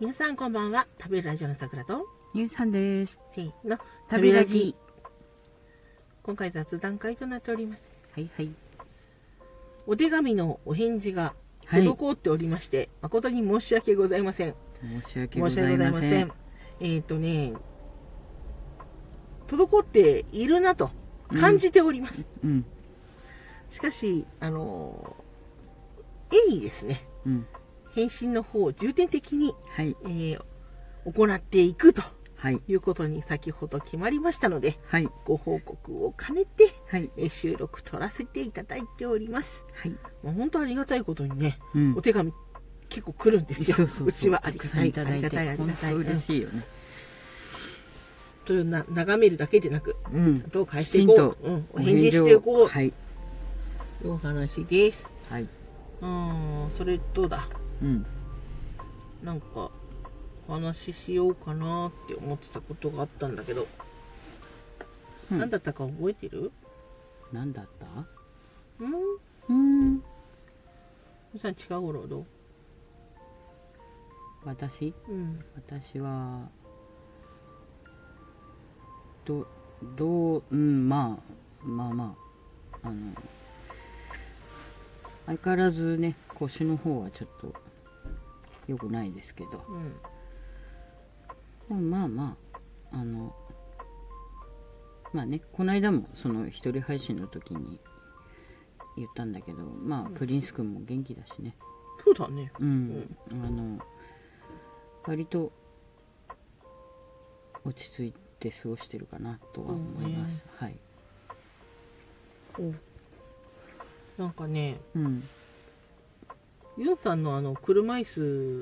皆さんこんばんは食べるラジオの桜とゆうさんです。せーの食べラジ。今回雑談会となっておりますはいはい。お手紙のお返事がはい。滞っておりまして、誠に申し訳ございません申し訳ご申しざ訳いございまませせんん。えっ、とね滞っているなと感じております、うん。しかしあのー絵にですねうん。返信の方を重点的に、はい。えー行っていくとはい。いうことに先ほど決まりましたのではい。ご報告を兼ねてはい。えー収録取らせていただいております。はい。まあ、本当ありがたいことにね、うんお。手紙結構来るんですよ。そうそうそう。ちはありたがくさたんいい、ただあいりがたい、あて、り本がたい。当嬉い。しいよね。というな眺めるだけでなく、うん。どう返していこう、うん、お返事していこう、はい。というお話です。はい。うーん、それどうだうん。なんか、お話ししようかなって思ってたことがあったんだけど、うん何だったか覚えてるなんだったうんうん。皆さん近頃ど私ううん。私は、ど、どう、うん、まあ、まあまあ、あの、相変わらずね、腰の方はちょっと、良くないですけど、うん。でもまあまあ、あの、まあね、この間もその一人配信の時に言ったんだけど、まあ、プリンス君も元気だしね。そうだね。うん、あの割と落ち着いて過ごしてるかなとはうん思います、ねはい、おなんかね、うんユンさんのあの車椅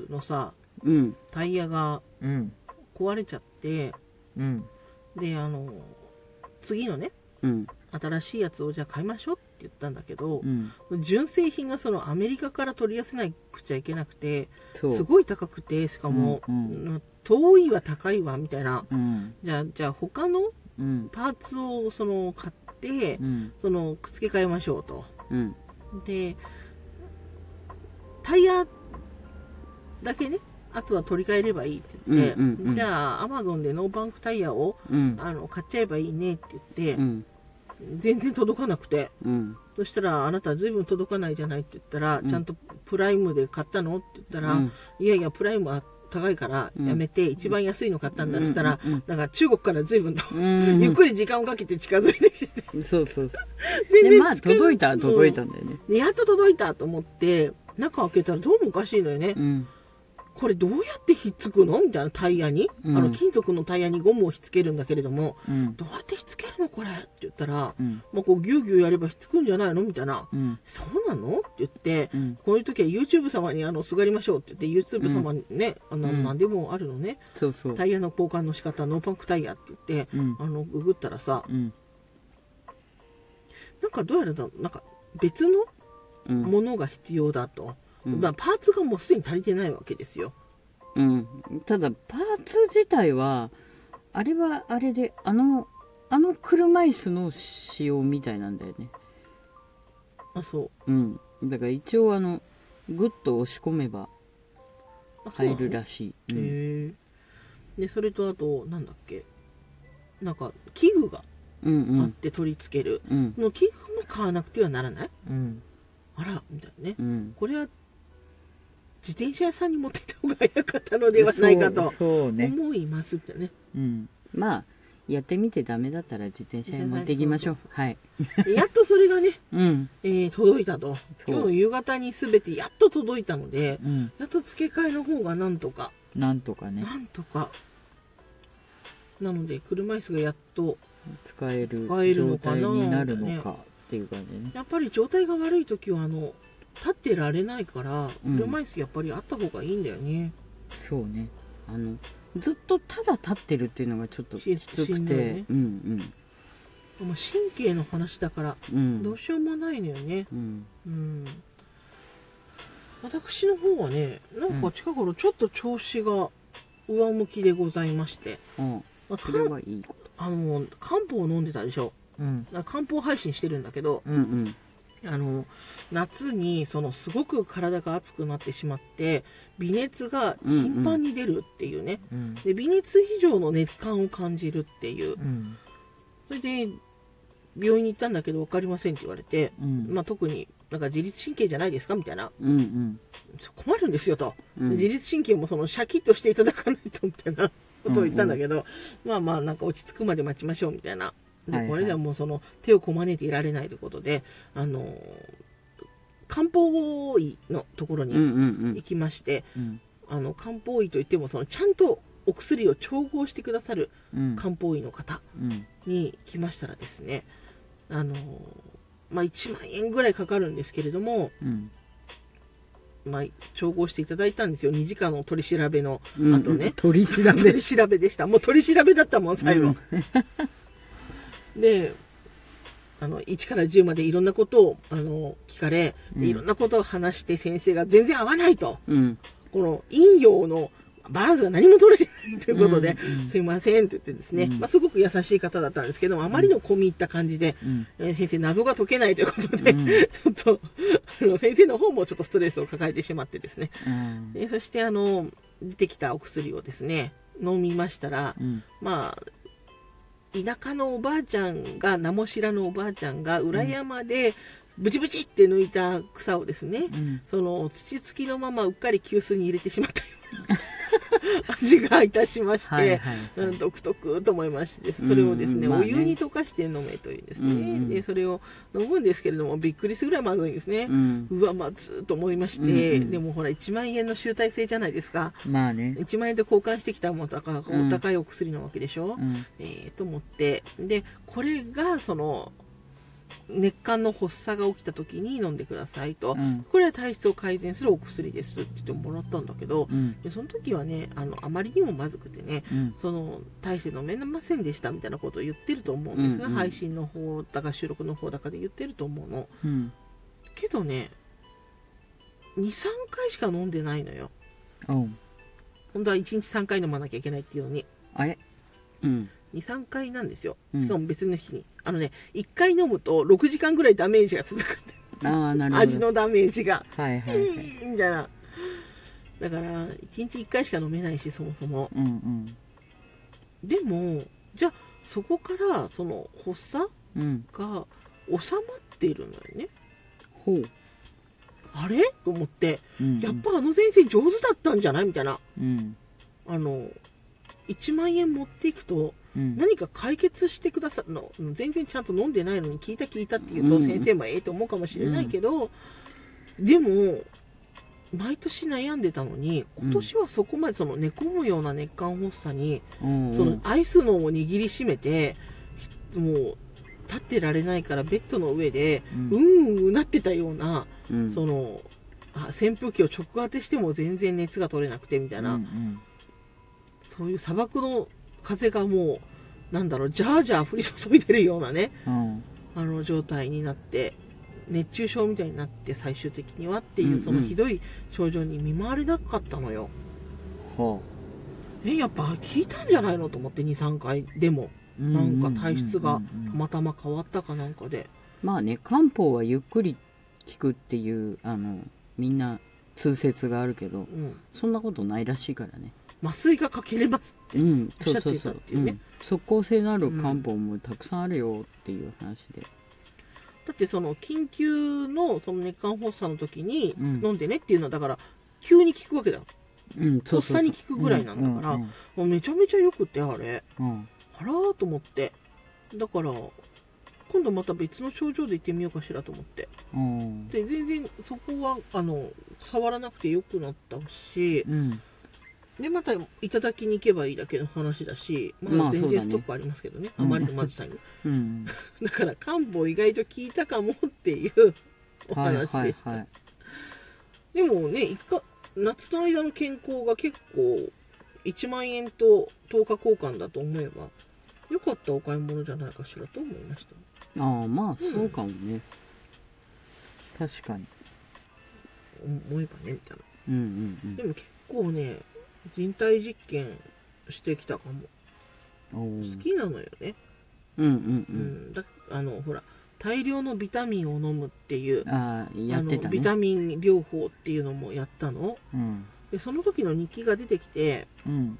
子のさうんタイヤがうん壊れちゃってうんであの次のねうん新しいやつをじゃあ買いましょうって言ったんだけどう、ん純正品がそのアメリカから取り寄せなくちゃいけなくてそうすごい高くてしかも、うんうん遠いわ高いわみたいなうんじゃあじゃあ他のうんパーツをその買ってうんその付け替えましょうとうんでタイヤだけねあとは取り替えればいいって言って、うんうんうんじゃあアマゾンでノーバンクタイヤをうんあの買っちゃえばいいねって言っうて、ん全然届かなくてうんそしたら「あなた随分届かないじゃない」って言ったら、うんちゃんとプライムで買ったの?」って言ったら「うんいやいやプライムは高いからうんやめて、一番安いの買ったんだ」っつったら、うんうんうんなんか中国から随分と、うんゆっくり時間をかけて近づいてきてそうそうそう全でまあ作れ届いた届いうんたんだよねでやっと届いたと思って、中開けたらどうもおかしいのよね。うんこれどうやってひっつくのみたいなタイヤに。うんあの、金属のタイヤにゴムをひっつけるんだけれども、うんどうやってひっつけるのこれって言ったら、うんまあ、こう、ぎゅうぎゅうやればひっつくんじゃないのみたいな。うんそうなのって言って、うんこういう時は YouTube 様にあのすがりましょうって言って YouTube 様にね、あうのん何でもあるのね、そうそうタイヤの交換の仕方ノーパンクタイヤって言ってうんあのググったらさうんなんかどうやらだなんか別のうんものが必要だと、うんまあ、パーツがもうすでに足りてないわけですよ。うん、ただパーツ自体はあれはあれであのあの車椅子の仕様みたいなんだよねあそううんだから一応あのグッと押し込めばあそうな入のるらしい、うんへえでそれとあとなんだっけなんか器具がうんうあっんて取り付ける、うんの器具も買わなくてはならないうんあらみたいなね、うんこれは自転車屋さんに持ってった方が早かったのではないかそうとそうね、思いますみたいなねうん、まあやってみてダメだったら自転車に持っていきましょうそうはいでやっとそれがね、うんえー届いたとそう今日の夕方に全てやっと届いたのでうんやっと付け替えの方がなんとかなんとかねなんとかなので車椅子がやっと使える使える状のかな態になるのかっていう感じねやっぱり状態が悪い時はあの立ってられないからうん車椅子やっぱりあった方がいいんだよね、そうねあのずっとただ立ってるっていうのがちょっとしきつしくんて、どいねうんもう神経の話だからうんうんどうしようもないのよねうんうん私の方はねなんか近頃ちょっと調子が上向きでございまして、うんまあそかれんはいいことあの漢方を飲んでたでしょうんだから漢方配信してるんだけどうんうんあの夏にそのすごく体が熱くなってしまって微熱が頻繁に出るっていうね、うんで微熱以上の熱感を感じるっていううんそれで病院に行ったんだけど分かりませんって言われて、うんまあ、特になんか自律神経じゃないですかみたいなうん困るんですよと、うん自律神経もそのシャキッとしていただかないとみたいな ことを言ったんだけど、まあまあなんか落ち着くまで待ちましょうみたいなはいはでいこれではもうその手をこまねいていられないということであのー漢方医のところうんうんにうん行きまして、うんあの漢方医といってもそのちゃんとお薬を調合してくださるうん漢方医の方うんに来ましたらですねあのーまあ1万円ぐらいかかるんですけれども、うんまあ、調合していただいたんですよ。2時間の取り調べの、うんあとね、取り調べ 取り調べでした。もう取り調べだったもん、最後。で、あの、1から10までいろんなことを、あの、聞かれ、うんでいろんなことを話して先生が全然合わないと。うんこの、陰陽のバランスが何も取れてないということで、うんうんすいませんって言ってですね、うんまあ、すごく優しい方だったんですけども、あまりの込み入った感じで、うんえー先生、謎が解けないということで、うんちょっと、あの先生の方もちょっとストレスを抱えてしまってですね、うんでそしてあの出てきたお薬をですね飲みましたらうんまあ田舎のおばあちゃんが名も知らぬおばあちゃんが裏山でブチブチって抜いた草をですね、うんその土付きのままうっかり急須に入れてしまったよう な味がいたしまして、はいはいはいうん、独特と思いましてそれをですね,、うんうんまあねお湯に溶かして飲めというですね、うんうんでそれを飲むんですけれどもびっくりするぐらいまずいんですね。うんうわまずっと思いまして、うんうんでもほら1万円の集大成じゃないですかまあね1万円で交換してきたもんだからうんお高いお薬なわけでしょ、うんえー、と思ってでこれがその熱感の発作が起きた時に飲んでくださいと、うんこれは体質を改善するお薬ですって言ってもらったんだけど、うんでその時はねあのあまりにもまずくてねうんその大して飲めませんでしたみたいなことを言ってると思うんですが、うんうん配信の方だか収録の方だかで言ってると思うの。うんけどね23回しか飲んでないのよおう本当は1日3回飲まなきゃいけないっていうのにあれうん23回なんですようんしかも別の日に、あのね1回飲むと6時間ぐらいダメージが続くんだよああなるほど味のダメージがはい「えはいはいーみたいなだから1日1回しか飲めないしそもそもうんうんでもじゃあそこからその発作うんが収まっているのよねほうあれと思ってうんやっぱあの先生上手だったんじゃないみたいなうんあの、1万円持っていくと、うん何か解決してくださるの、全然ちゃんと飲んでないのに聞いた聞いたって言ううとん先生もええと思うかもしれないけど、でも、毎年悩んでたのに、うん今年はそこまでその寝込むような熱感発作に、そそのアイスのを握りしめて、ひもう、立ってられないからベッドの上で、うんうんうなってたような、うんその、あ扇風機を直当てしても全然熱が取れなくてみたいな、うんそういう砂漠の風がもう、なんだろう、ジャージャー降り注いでるようなね、うんあの状態になって、熱中症みたいになって最終的にはっていうう、んうんそのひどい症状に見舞われなかったのよ。ほえ、やっぱ聞いたんじゃないのと思って2、3回でも、うなんか体質がうんうんうんたうんまたま変わったかなんかで。まあね漢方はゆっくり効くっていうあのみんな通説があるけどうん。そんなことないらしいからね麻酔がかけれますって。うんおそっしゃってうそういそたっうていうねん即効性のある漢方もたくさんあるよっていう話でだってその緊急のその熱感発作の時にうん飲んでねっていうのはだから、急に効くわけだよ。うんそうそとうそうっさに効くぐらいなんだからうんもうめちゃめちゃ良くて、あれ。うんうんあらーと思って。だから、今度また別の症状で行ってみようかしらと思って。うんで、全然そこは、あの、触らなくて良くなったし、うんで、またいただきに行けばいいだけの話だし、ままああ全そうだ然ねストックありますけどね。うんあまりのまずさに。うんだから漢方意外と効いたかもっていうおはい話でした。はいはいでもね、一か夏の間の健康が結構、1万円と10日交換だと思えば、良かったお買い物じゃないかしらと思いました。ああまあそうかもね確かに思えばねみたいなうんうんでも結構ね人体実験してきたかもうんおー好きなのよね、うんうんううんんだあのほら大量のビタミンを飲むっていう、ああやってあたのビタねミン療法っていうのもやったのうんでその時の日記が出てきてうん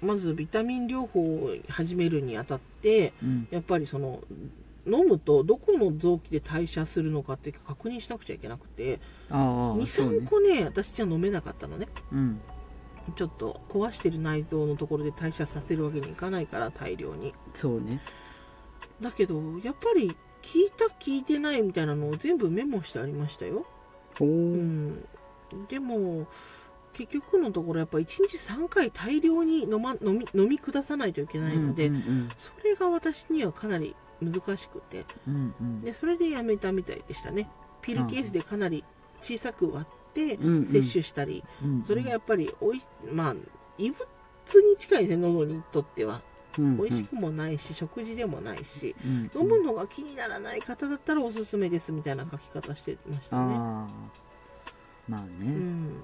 まずビタミン療法を始めるにあたってうんやっぱりその飲むとどこの臓器で代謝するのかって確認しなくちゃいけなくてああそう23ね個ね私じゃ飲めなかったのねうんちょっと壊してる内臓のところで代謝させるわけにいかないから大量にそうねだけどやっぱり聞いた聞いてないみたいなのを全部メモしてありましたよおおううんんでも結局のところやっぱ1日3回大量に飲,、ま、飲み飲み下さないといけないので、うんそれが私にはかなり難しくてうんうんでそれでやめたみたいでしたねピルケースでかなり小さく割ってうんうん摂取したり、うんそれがやっぱりおいまあ異物に近いね喉にとってはうん美味しくもないし食事でもないしうん飲むのが気にならない方だったらおすすめですみたいな書き方してましたね、ああまあうね、ん、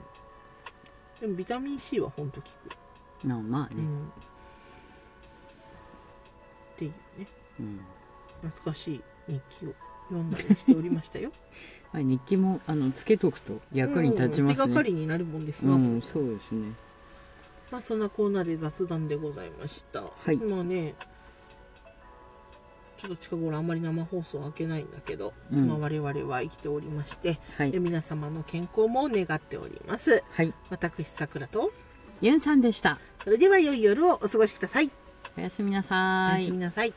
でもビタミン C はほんと効く、なまあうね、ん、っていうねうん懐かしい日記を読んだりしておりましたよはい日記もあのつけとくと 役に立ちますね、ううんん、手がかりになるもんですが、そうですねまあそんなコーナーで雑談でございました。い今ね、ちょっと近頃あんまり生放送開けないんだけど、うんまあ我々は生きておりまして、はいで皆様の健康も願っております。はい私、さくらと、ゆんさんでしたそれでは良い夜をお過ごしください。おやすみなさおやいすみなさい。